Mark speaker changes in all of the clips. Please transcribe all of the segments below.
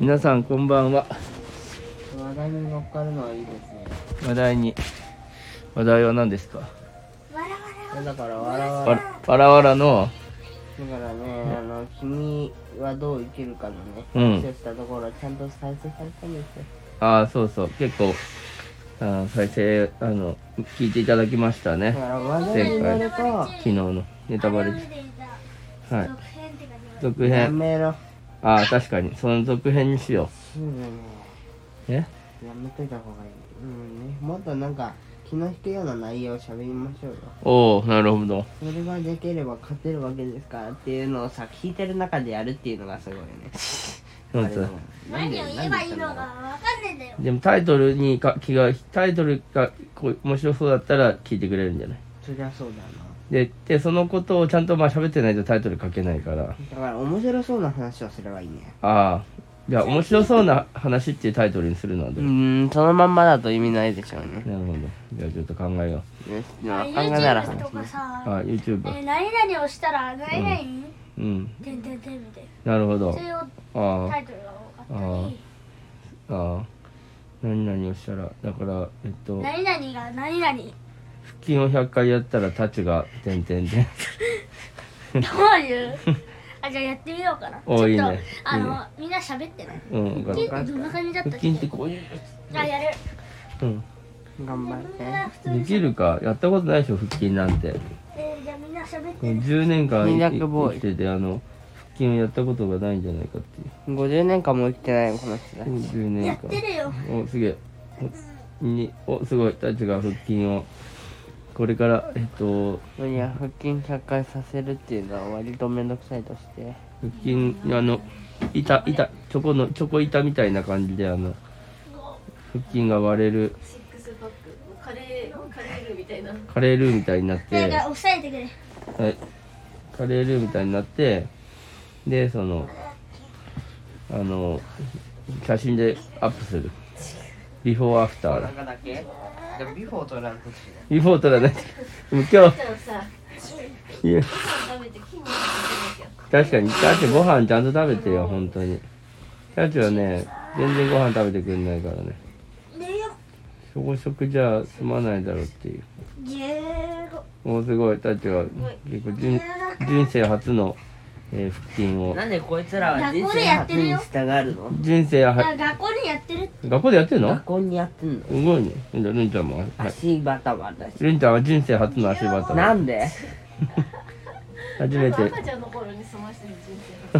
Speaker 1: 皆さんこんばんは
Speaker 2: 話題に乗っかるのはいいですね
Speaker 1: 話題に話題は何ですか
Speaker 2: だから笑わ
Speaker 1: わわらわらの
Speaker 2: だからねあの君はどう生きるかのね
Speaker 1: うん
Speaker 2: 話をしたところちゃんと再生されたんですよ
Speaker 1: ああそうそう結構あー再生あの聞いていただきました
Speaker 2: だ
Speaker 1: ね
Speaker 2: から話題に乗ると
Speaker 1: 昨日のネタバレはい
Speaker 3: 続編って感じ
Speaker 1: 続
Speaker 2: や
Speaker 1: 編
Speaker 2: めろ
Speaker 1: ああ確かにその続編にしよ
Speaker 2: そうだね
Speaker 1: うね
Speaker 2: やめといた方がいいうんねもっとなんか気の引くような内容を喋りましょうよ
Speaker 1: おおなるほど
Speaker 2: それができれば勝てるわけですからっていうのをさ聞いてる中でやるっていうのがすごいよね
Speaker 1: そう
Speaker 2: あれ
Speaker 1: そ
Speaker 2: だ
Speaker 1: う
Speaker 2: もんなん
Speaker 3: 何
Speaker 2: で
Speaker 3: を
Speaker 2: な
Speaker 3: 言え
Speaker 2: ん
Speaker 3: ば
Speaker 2: で
Speaker 3: いいのかわかんねえんだよ。
Speaker 1: でもタイトルにか気がタイトルがこう面白そうだったら聞いてくれるんじゃない
Speaker 2: そりゃそうだよな
Speaker 1: ででそのことをちゃんとまあ喋ってないとタイトル書けないから
Speaker 2: だから面白そうな話をすればいいね
Speaker 1: ああじゃあ面白そうな話っていうタイトルにするのはどう、
Speaker 2: んそのまんまだと意味ないでしょうね
Speaker 1: なるほどじゃあちょっと考えよ
Speaker 2: よしじゃあ考えなら
Speaker 3: YouTube と
Speaker 2: 話
Speaker 3: か
Speaker 2: ね
Speaker 1: う
Speaker 3: さ、
Speaker 1: あ YouTuber
Speaker 3: え何々をしたら何々
Speaker 1: うん
Speaker 3: てんてんてんみたい
Speaker 1: なるほ
Speaker 3: な。
Speaker 1: ど
Speaker 3: そういう
Speaker 1: あ
Speaker 3: タイトルが多かったり、
Speaker 1: あああ何々をしたらだからえっと腹
Speaker 3: 何々が何々。
Speaker 1: 筋を100回やったらタチが「てんてんてん
Speaker 3: どういうあ、じゃあやってみようかな。ちょ
Speaker 1: お
Speaker 3: っと、
Speaker 1: いいね
Speaker 3: あ
Speaker 1: いい
Speaker 3: の
Speaker 1: ね、
Speaker 3: みんな喋ってね。」
Speaker 1: うんわかる
Speaker 3: どんな感じだった
Speaker 1: 腹
Speaker 3: っ
Speaker 1: 筋って
Speaker 3: け
Speaker 1: こういう
Speaker 3: あ、やる。
Speaker 1: うん
Speaker 2: 頑張っ
Speaker 3: みんな
Speaker 2: て
Speaker 3: 普通
Speaker 1: で
Speaker 3: に
Speaker 1: きるかやったことないでしょ腹筋なんて
Speaker 3: えーじゃあみんな喋ってね。
Speaker 1: 10年間
Speaker 2: ミラクボ
Speaker 1: 生
Speaker 2: ーイ
Speaker 1: きててあの腹筋をやったことがないんじゃないかっていう
Speaker 2: 50年間も生きてないこの人だ
Speaker 1: 10年
Speaker 3: やっ
Speaker 1: 間
Speaker 3: てるよ。
Speaker 1: おすげえおにおすごいタチが腹筋をこれからえっと
Speaker 2: いや腹筋100回させるっていうのは割と面倒くさいとして
Speaker 1: 腹筋あの板板チョコのチョコ板みたいな感じであの腹筋が割れる
Speaker 4: シックスパックカレーカレールみたいな
Speaker 1: カレールーみたいになっ
Speaker 3: だ
Speaker 1: て
Speaker 3: から抑えてくれ。
Speaker 1: はい、カレールーみたいになってでそのあの写真でアップするビフォーアフターだ
Speaker 2: だけじゃビフォーとランクし
Speaker 1: ビフォーとだねでも今
Speaker 4: じゃあさ
Speaker 1: 日いや
Speaker 4: 食べて筋肉つけなきゃ
Speaker 1: 確かにチャーチご飯ちゃんと食べてよ本当にチャーチはね全然ご飯食べてくれないからね
Speaker 3: でよ、
Speaker 1: 小食じゃ済まないだろうっていう
Speaker 3: 15。
Speaker 1: もうすごいタッチは結構人人生初の、えー腹筋を
Speaker 2: んでこいつら
Speaker 3: は人生初に
Speaker 2: 従うの
Speaker 1: 人生
Speaker 3: だか
Speaker 1: は
Speaker 3: ら学校でやってるって。
Speaker 1: 学校でやってるの
Speaker 2: 学校にやってんの
Speaker 1: すごいねじゃあるんちゃんもはい
Speaker 2: 足バタバタし
Speaker 1: るんちゃんは人生初の足バ
Speaker 2: て
Speaker 1: タ
Speaker 2: な
Speaker 1: だ
Speaker 2: んで
Speaker 1: 初めて
Speaker 4: 赤ちゃんの頃に済ましてる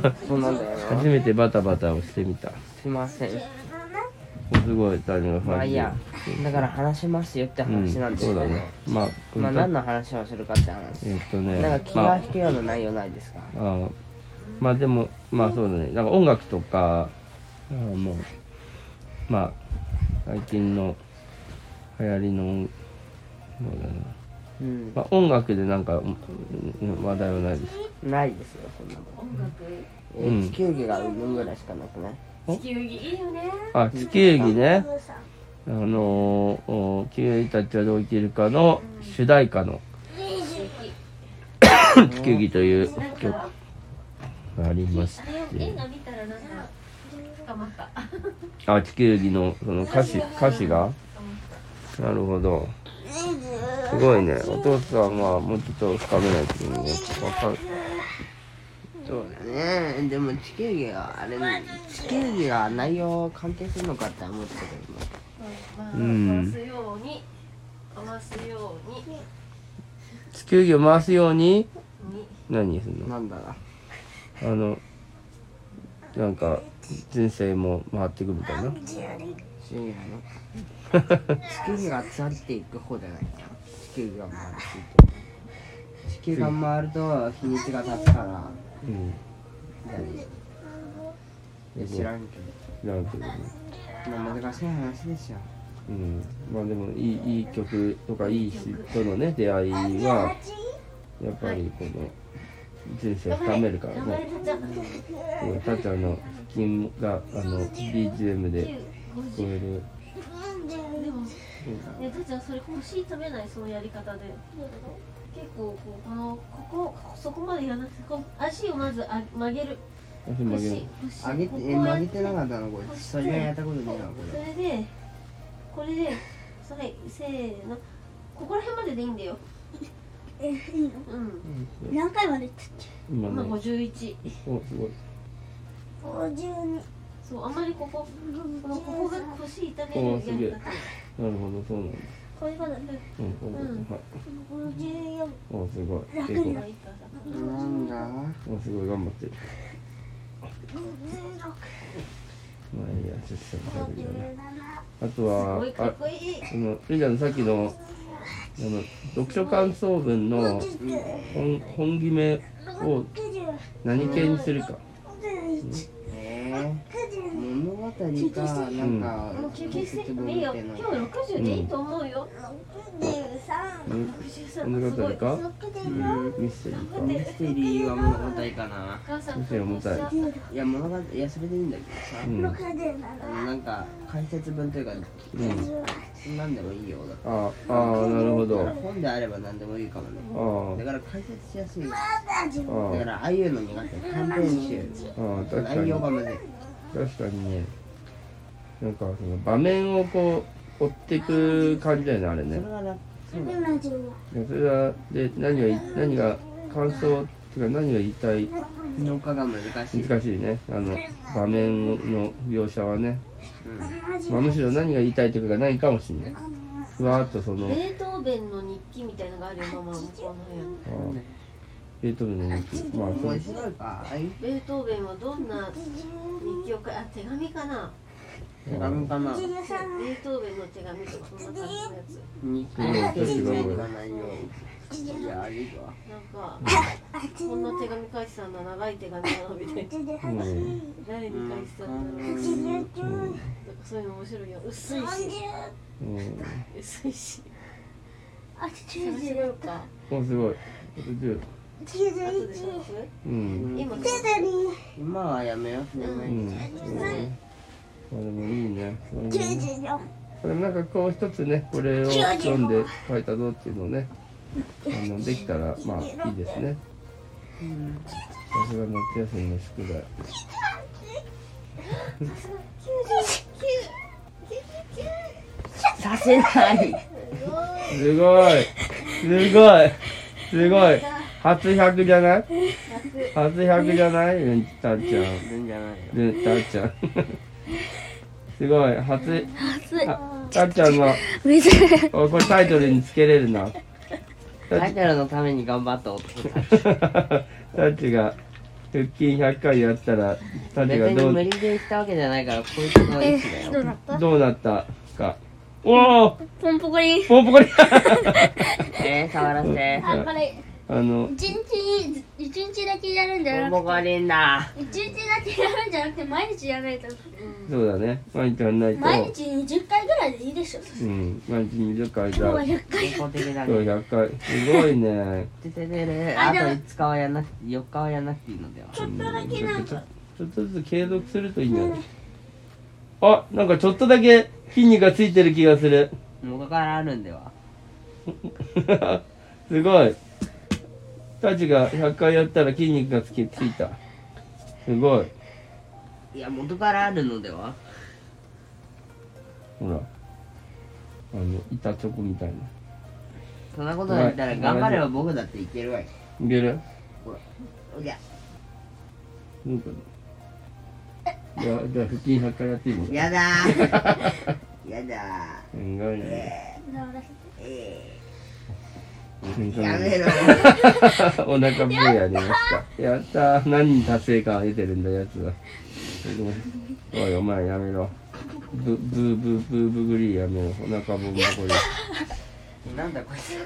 Speaker 4: 人生
Speaker 2: そうなんだよな
Speaker 1: 初めてバタバタをしてみた
Speaker 2: すいません
Speaker 1: もうすごいタッチが
Speaker 2: まあいいや
Speaker 1: 感
Speaker 2: だから話しますよって
Speaker 1: じるうん
Speaker 2: 話なんです
Speaker 1: そ
Speaker 2: よ
Speaker 1: うだ
Speaker 2: ね、
Speaker 1: ねまあこ
Speaker 2: まあ
Speaker 1: の
Speaker 2: 何の話をするかって話
Speaker 1: えっとね
Speaker 2: なんか気
Speaker 1: ま
Speaker 2: が
Speaker 1: あ
Speaker 2: 引くような内容ないですか、
Speaker 1: ああまあでもまあそうだねなんか音楽とかああもうまあ最近の流行りの音そうだな、
Speaker 2: うん
Speaker 1: まあ、音楽でなんかうん話題はないです
Speaker 2: ないですよそんなもん
Speaker 4: 音楽
Speaker 2: え
Speaker 1: うん
Speaker 2: 地球儀がうんぬんぐらいしかなくない
Speaker 4: 地球儀いいよね
Speaker 1: あ地球儀ね
Speaker 3: お父さん
Speaker 1: あのーお地球儀たちはどう生きるかの主題歌の「地球儀」という曲がありまし
Speaker 4: あれを絵
Speaker 1: て
Speaker 4: が見たらなんか捕まった
Speaker 1: あ地球儀のその歌詞歌詞がなるほどすごいね。お父さんはもうちょっと深めないとね。わかる。
Speaker 2: そうだねでも地球儀があれ地球儀が内容関係するのかって思ってたけ
Speaker 4: まあ
Speaker 1: うん
Speaker 4: 回すように回すように
Speaker 1: 地球儀を回すように、
Speaker 4: に
Speaker 1: 何する
Speaker 2: ど
Speaker 1: の
Speaker 2: なんだろ
Speaker 1: あの、なんか、人生も回ってくみたいな。
Speaker 2: 地球儀がね地球儀が去っていく方じゃないかな地球儀が回るっていうと地球が回ると日にちが経つから
Speaker 1: うん。
Speaker 2: いや知らんけ
Speaker 1: なんていうのね。
Speaker 2: どまあ難しい話でしょ
Speaker 1: うん。まあでも、いい、いい曲とか、いい人とのね、出会いは、やっぱりこの、人生を深めるから
Speaker 4: 頑張れ
Speaker 1: ね。
Speaker 4: たちゃん
Speaker 1: このたちゃんの腹筋が、あの、BGM で聞こえる。
Speaker 4: でもね父ちゃんそれ腰痛めないそのやり方で結構こうこのここそこまでやらなくてこう足をまずあ曲げる
Speaker 1: 休みあげる
Speaker 4: 腰腰
Speaker 2: あげて
Speaker 4: ここ
Speaker 2: え
Speaker 4: や
Speaker 2: 曲げてなかったのこれ
Speaker 4: 腰
Speaker 2: それやったことねえなこ
Speaker 4: それでこれでそれせーのここら辺まででいいんだよ
Speaker 3: え、いいの
Speaker 4: うん
Speaker 3: 何回まで言ったっけ
Speaker 1: 今
Speaker 4: 今
Speaker 1: ね
Speaker 4: 51
Speaker 1: おすごい
Speaker 3: ?52。
Speaker 4: そうあんまりこここのここが腰痛
Speaker 1: お
Speaker 4: め
Speaker 1: ーす
Speaker 4: る
Speaker 1: げえ
Speaker 4: やつだから
Speaker 1: なるほどそうなんだ
Speaker 3: こういうことだ。
Speaker 1: うんそうだ
Speaker 4: うん
Speaker 1: はい
Speaker 3: 54。
Speaker 1: おすごい
Speaker 3: 楽
Speaker 1: 結
Speaker 3: に
Speaker 1: 構
Speaker 3: な
Speaker 4: まあいいかさ
Speaker 2: れなんだ
Speaker 1: おすごい頑張ってる
Speaker 3: 56。
Speaker 1: まあいいや出産作業だね
Speaker 3: 57。
Speaker 1: あと
Speaker 4: す
Speaker 1: は
Speaker 4: ごいか
Speaker 1: あ
Speaker 4: っこいい
Speaker 1: そのりんちゃんのさっきのあの読書感想文の本本決めを
Speaker 3: 60。
Speaker 1: 何系にするか
Speaker 3: 61。
Speaker 2: えー、
Speaker 3: 62。
Speaker 2: 物語かなんか
Speaker 4: もう休憩しても
Speaker 2: も
Speaker 4: いいよ今日60でいいと思うよ
Speaker 3: 63。
Speaker 1: うん
Speaker 4: 63
Speaker 1: 物
Speaker 4: すご
Speaker 1: 語
Speaker 4: い
Speaker 1: か
Speaker 3: 64。
Speaker 1: ミステリーか
Speaker 2: ミステリーは物語かな
Speaker 4: お母さん
Speaker 1: 先生重たい
Speaker 4: 感動しちゃう
Speaker 2: いや物語いやそれでいいんだけどさ、
Speaker 1: うんあ
Speaker 2: あのなんか解説文というか、そんなんでもいいよだか
Speaker 1: あーなるほど
Speaker 2: ら本であれば何でもいいかもねだ
Speaker 1: あ
Speaker 2: から解説しやすいよ
Speaker 1: あ
Speaker 2: だか
Speaker 1: あ
Speaker 2: らああいうの苦手短編集
Speaker 1: ああ確か
Speaker 2: 内
Speaker 1: に
Speaker 2: 容がむずい
Speaker 1: 確かにねなんかその場面をこう追っていく感じだよねあれ
Speaker 2: そ
Speaker 1: ね
Speaker 2: れがなそうだ
Speaker 3: 70。
Speaker 1: いやそれはで何がい何が感想っていうか何が言いたい
Speaker 2: 農家が難しい、
Speaker 1: 難しいねあの場面の描写はね、
Speaker 2: うん、
Speaker 1: まあ、むしろ何が言いたいというかないかもしれないふわーっとそ
Speaker 4: ベ
Speaker 1: の
Speaker 4: ートーベンの日記みたいのがあるよママの向こうの部屋
Speaker 1: あ
Speaker 4: に
Speaker 1: ーベートーベンの日記まあそう
Speaker 2: 面白いかあい
Speaker 4: ベートーベンはどんな日記を書いあ手紙かな
Speaker 2: 手紙かな
Speaker 4: ベートーベンの手紙とかそんな感じのやつ
Speaker 2: 日記の手紙がないよいやあいいわ
Speaker 4: なんかこんな手紙書いてたんだ長い手紙だなみたいな
Speaker 1: うん
Speaker 4: 誰に書いてたんだろうなんかそういうの面白いよ薄いし
Speaker 1: うん
Speaker 4: 薄いし
Speaker 3: あと
Speaker 4: 探し
Speaker 3: 90
Speaker 4: てみようか
Speaker 1: おすごい60
Speaker 4: 後で探
Speaker 3: 91
Speaker 4: す
Speaker 1: うん
Speaker 4: 今
Speaker 2: 今はやめようね、
Speaker 1: うんそうねまあでもいいねそういうね
Speaker 3: 9294
Speaker 1: でもなんかこう一つねこれを読んで書いたぞっていうのをねあのできたらまあいいですねさすが夏休みの宿題
Speaker 2: させない
Speaker 1: すごいすごいすごい初100じゃない初100じゃないレンタッちゃん
Speaker 2: 全じゃないよ
Speaker 1: レンタッちゃんすごい初あたっちゃんのおこれタイトルにつけれるな
Speaker 2: タイトルのために頑張った男たち
Speaker 1: タッチが腹筋100回やったらタッチ
Speaker 2: 別
Speaker 1: がど
Speaker 2: に
Speaker 1: う
Speaker 2: 無理でしたわけじゃないからこいつの意思だよ
Speaker 3: どうなった
Speaker 1: どうなったか。おお、
Speaker 3: ポンポコリン
Speaker 1: ポンポコリン。
Speaker 2: えー、触らせて
Speaker 3: あこれ
Speaker 1: あの、
Speaker 3: 一日に一日だけやるん
Speaker 2: ボ
Speaker 3: じゃ
Speaker 2: ン
Speaker 3: な
Speaker 2: ボ
Speaker 3: く
Speaker 2: コリンだ
Speaker 3: て一日だけやるんじゃなくて毎日やらないと
Speaker 1: そうだね。毎日やんないと。
Speaker 3: 毎日20回ぐらいでいいでしょ
Speaker 1: うん、毎日20回
Speaker 3: 今日
Speaker 1: だ。
Speaker 3: は
Speaker 1: 今
Speaker 3: 100回
Speaker 2: 健康的だ
Speaker 1: 日
Speaker 2: ね
Speaker 1: 100回。すごいね。
Speaker 2: てててて
Speaker 3: あ
Speaker 2: あ
Speaker 3: で
Speaker 2: と
Speaker 3: も
Speaker 2: 5日はやんなくて4日はやんなくていいのでは
Speaker 3: ちょっとだけなんか
Speaker 1: ちょっとずつ継続するといいんじゃないあ、なんかちょっとだけ筋肉がついてる気がする。
Speaker 2: 元からあるんでは
Speaker 1: すごい。たちが100回やったら筋肉がつきついた。すごい。
Speaker 2: いや元からあるのでは
Speaker 1: ほら。あの、板チョコみたいな。
Speaker 2: そんなことだったら頑張れば僕だっていけるわよ
Speaker 1: いける
Speaker 2: おりゃ
Speaker 1: どうかな。じゃあ、じゃあ腹筋100回やっていいの
Speaker 2: やだ ーやだ
Speaker 1: すごいね。
Speaker 2: ーえー、やめ
Speaker 1: お
Speaker 2: ろ
Speaker 1: 腹ぶやりました。やったー。何に達成感を得てるんだ、やつは。おい、お前やめろ。ブブーブーブーブグリーやめろ。お腹ボンボコリ。
Speaker 2: なんだこいつ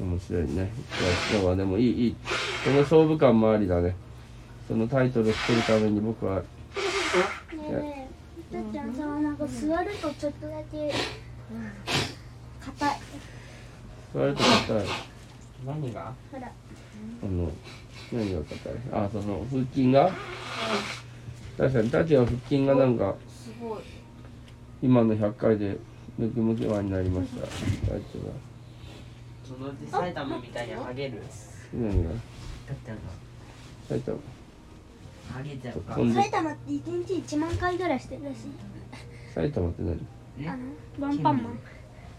Speaker 1: 面白いね。いや今日はでもいい、いい。その勝負感もありだね。そのタイトルをつけるために僕は、
Speaker 3: ねえたっちゃんさなんか座るとちょっとだけ硬い
Speaker 1: 座ると硬い。
Speaker 2: 何が
Speaker 3: ほら
Speaker 1: あの、何が硬いあ、その、腹筋が確かに、タチは腹筋がなんか、
Speaker 4: すごい
Speaker 1: 今の100回でムキムキワンになりました。大丈夫だ。
Speaker 2: そのうち埼玉みたいにハゲる
Speaker 1: 何が
Speaker 2: だってなんか
Speaker 1: 埼玉
Speaker 2: ハゲちゃうか
Speaker 1: 飛んで
Speaker 3: 埼玉って一日1万回ぐらいしてるらしい
Speaker 1: 埼玉って何
Speaker 3: あのワンパンマン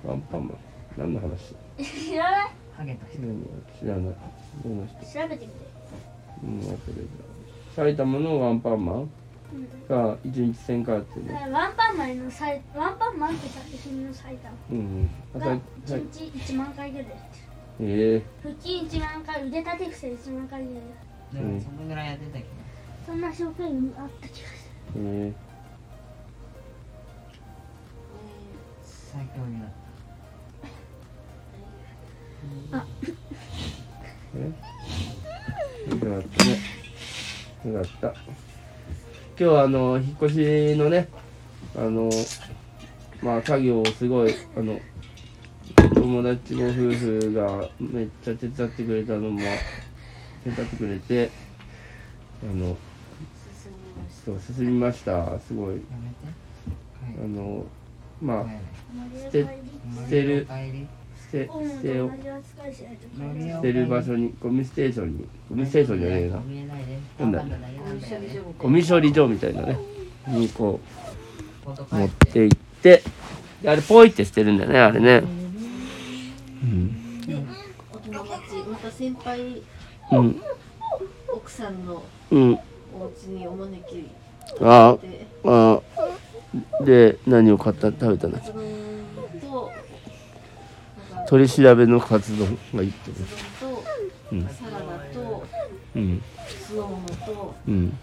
Speaker 1: ワンパンマン何の話
Speaker 3: 知らない
Speaker 2: ハゲた人
Speaker 1: 何知らないどの人
Speaker 3: 調べてみて
Speaker 1: うん忘れた埼玉のワンパンマンが一日1000回やってるね
Speaker 3: ワンパンマンのさいワンパンマンって作品の埼玉
Speaker 1: うんあさ
Speaker 3: が
Speaker 1: い
Speaker 3: 一
Speaker 1: はい
Speaker 3: 日1万回ぐらいやって
Speaker 1: え
Speaker 3: る腹筋1万回腕立て伏せ1万回ぐらいやってる
Speaker 2: でもそのぐらいやってたけど
Speaker 3: そんな職員あった気がす
Speaker 1: ー、え
Speaker 2: 最強になった
Speaker 1: ー、よかったねよかった今日はあの引っ越しのねあのまあ作業をすごいあの友達の夫婦がめっちゃ手伝ってくれたのも手伝ってくれてあの
Speaker 4: 進みまし
Speaker 1: そう進みましたすごい
Speaker 2: やめて
Speaker 1: あ
Speaker 2: は
Speaker 1: のまあ
Speaker 2: いはい
Speaker 3: る
Speaker 1: て
Speaker 2: 森
Speaker 1: 捨てる
Speaker 2: お帰り
Speaker 1: 捨て
Speaker 3: オウム
Speaker 1: 捨
Speaker 3: と
Speaker 1: てを
Speaker 3: 同じ扱いしないといけない
Speaker 2: 森
Speaker 1: 捨
Speaker 2: お帰
Speaker 1: て
Speaker 2: り
Speaker 1: る場所にゴミステーションにゴミステーションじゃねえな
Speaker 2: ゴミないで
Speaker 1: なんだ
Speaker 2: パパのだけなんだよね
Speaker 1: ゴミ処理場みたいなねにこ
Speaker 2: 持っ
Speaker 1: う持って行ってであれポイって捨てるんだよねあれねうん、
Speaker 4: たお友達また先輩
Speaker 1: うん
Speaker 4: 奥さんの
Speaker 1: うん、
Speaker 4: お家にお招きし
Speaker 1: あ
Speaker 4: て
Speaker 1: ああで何を買った食べたの
Speaker 4: うーんとなんか
Speaker 1: 取り調べのカツ丼がいいってね
Speaker 4: と
Speaker 1: うん
Speaker 4: サラダと
Speaker 1: うん
Speaker 4: 酢の物と
Speaker 1: うん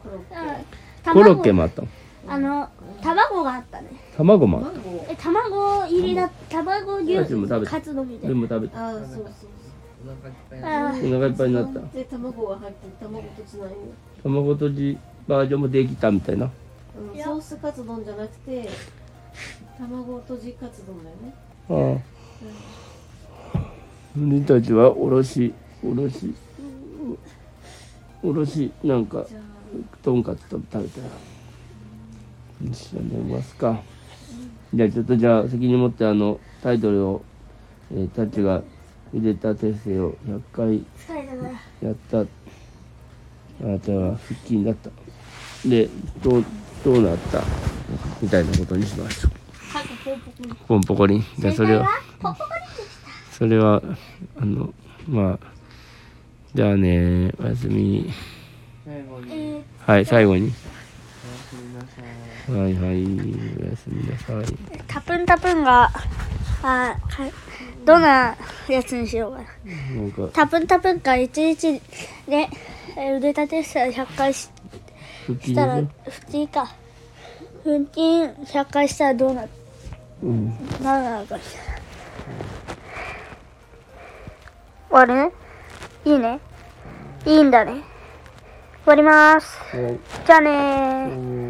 Speaker 4: コロッケ
Speaker 3: うん
Speaker 1: コロッケもあったの
Speaker 3: あの卵があったね
Speaker 1: 卵もあっ
Speaker 4: マンゴー
Speaker 3: え卵入りだ卵牛
Speaker 1: 私も食べた
Speaker 3: カツ丼み
Speaker 1: た
Speaker 3: たい
Speaker 1: で
Speaker 3: な
Speaker 1: も食べた
Speaker 4: ああそうそうそう
Speaker 3: あー
Speaker 1: お腹いっぱいになった
Speaker 4: で卵が入ってる卵とつないで
Speaker 1: 卵とじバージョンもできたみたいな
Speaker 4: うんソースカツ丼じゃなくて卵とじカツ丼だよね
Speaker 1: ああ俺たちはおろしおろしおろしなんか
Speaker 4: じゃあ
Speaker 1: とんかつと食べたよ一緒に飲みますかじゃあちょっとじゃあ責任持ってあのタイトルを、えー、タッチが入れた手生を100回
Speaker 3: 疲れたから
Speaker 1: やったあなたは腹筋だったでどうどうなったみたいなことにしましょう
Speaker 3: 過去報告に
Speaker 1: ポンポコリンじゃあそれを
Speaker 3: ポッポコ
Speaker 1: それはあのまあじゃあねおやすみ
Speaker 2: 最後に
Speaker 3: リンえー
Speaker 1: はい最後に
Speaker 2: おやすみなさい
Speaker 1: はいはいおやすみなさい
Speaker 3: タプンタプンが、あーかどんなやつにしようかな。
Speaker 1: なんか
Speaker 3: タプンタプンか1日でえー腕立て伏せ100回し
Speaker 1: 腹筋
Speaker 3: したら、
Speaker 1: ね
Speaker 3: 腹筋か。腹筋100回したらどうな
Speaker 1: うん
Speaker 3: なるのかしら。終わるいいねいいんだね。終わります。
Speaker 1: はい
Speaker 3: じゃあねー。
Speaker 1: うん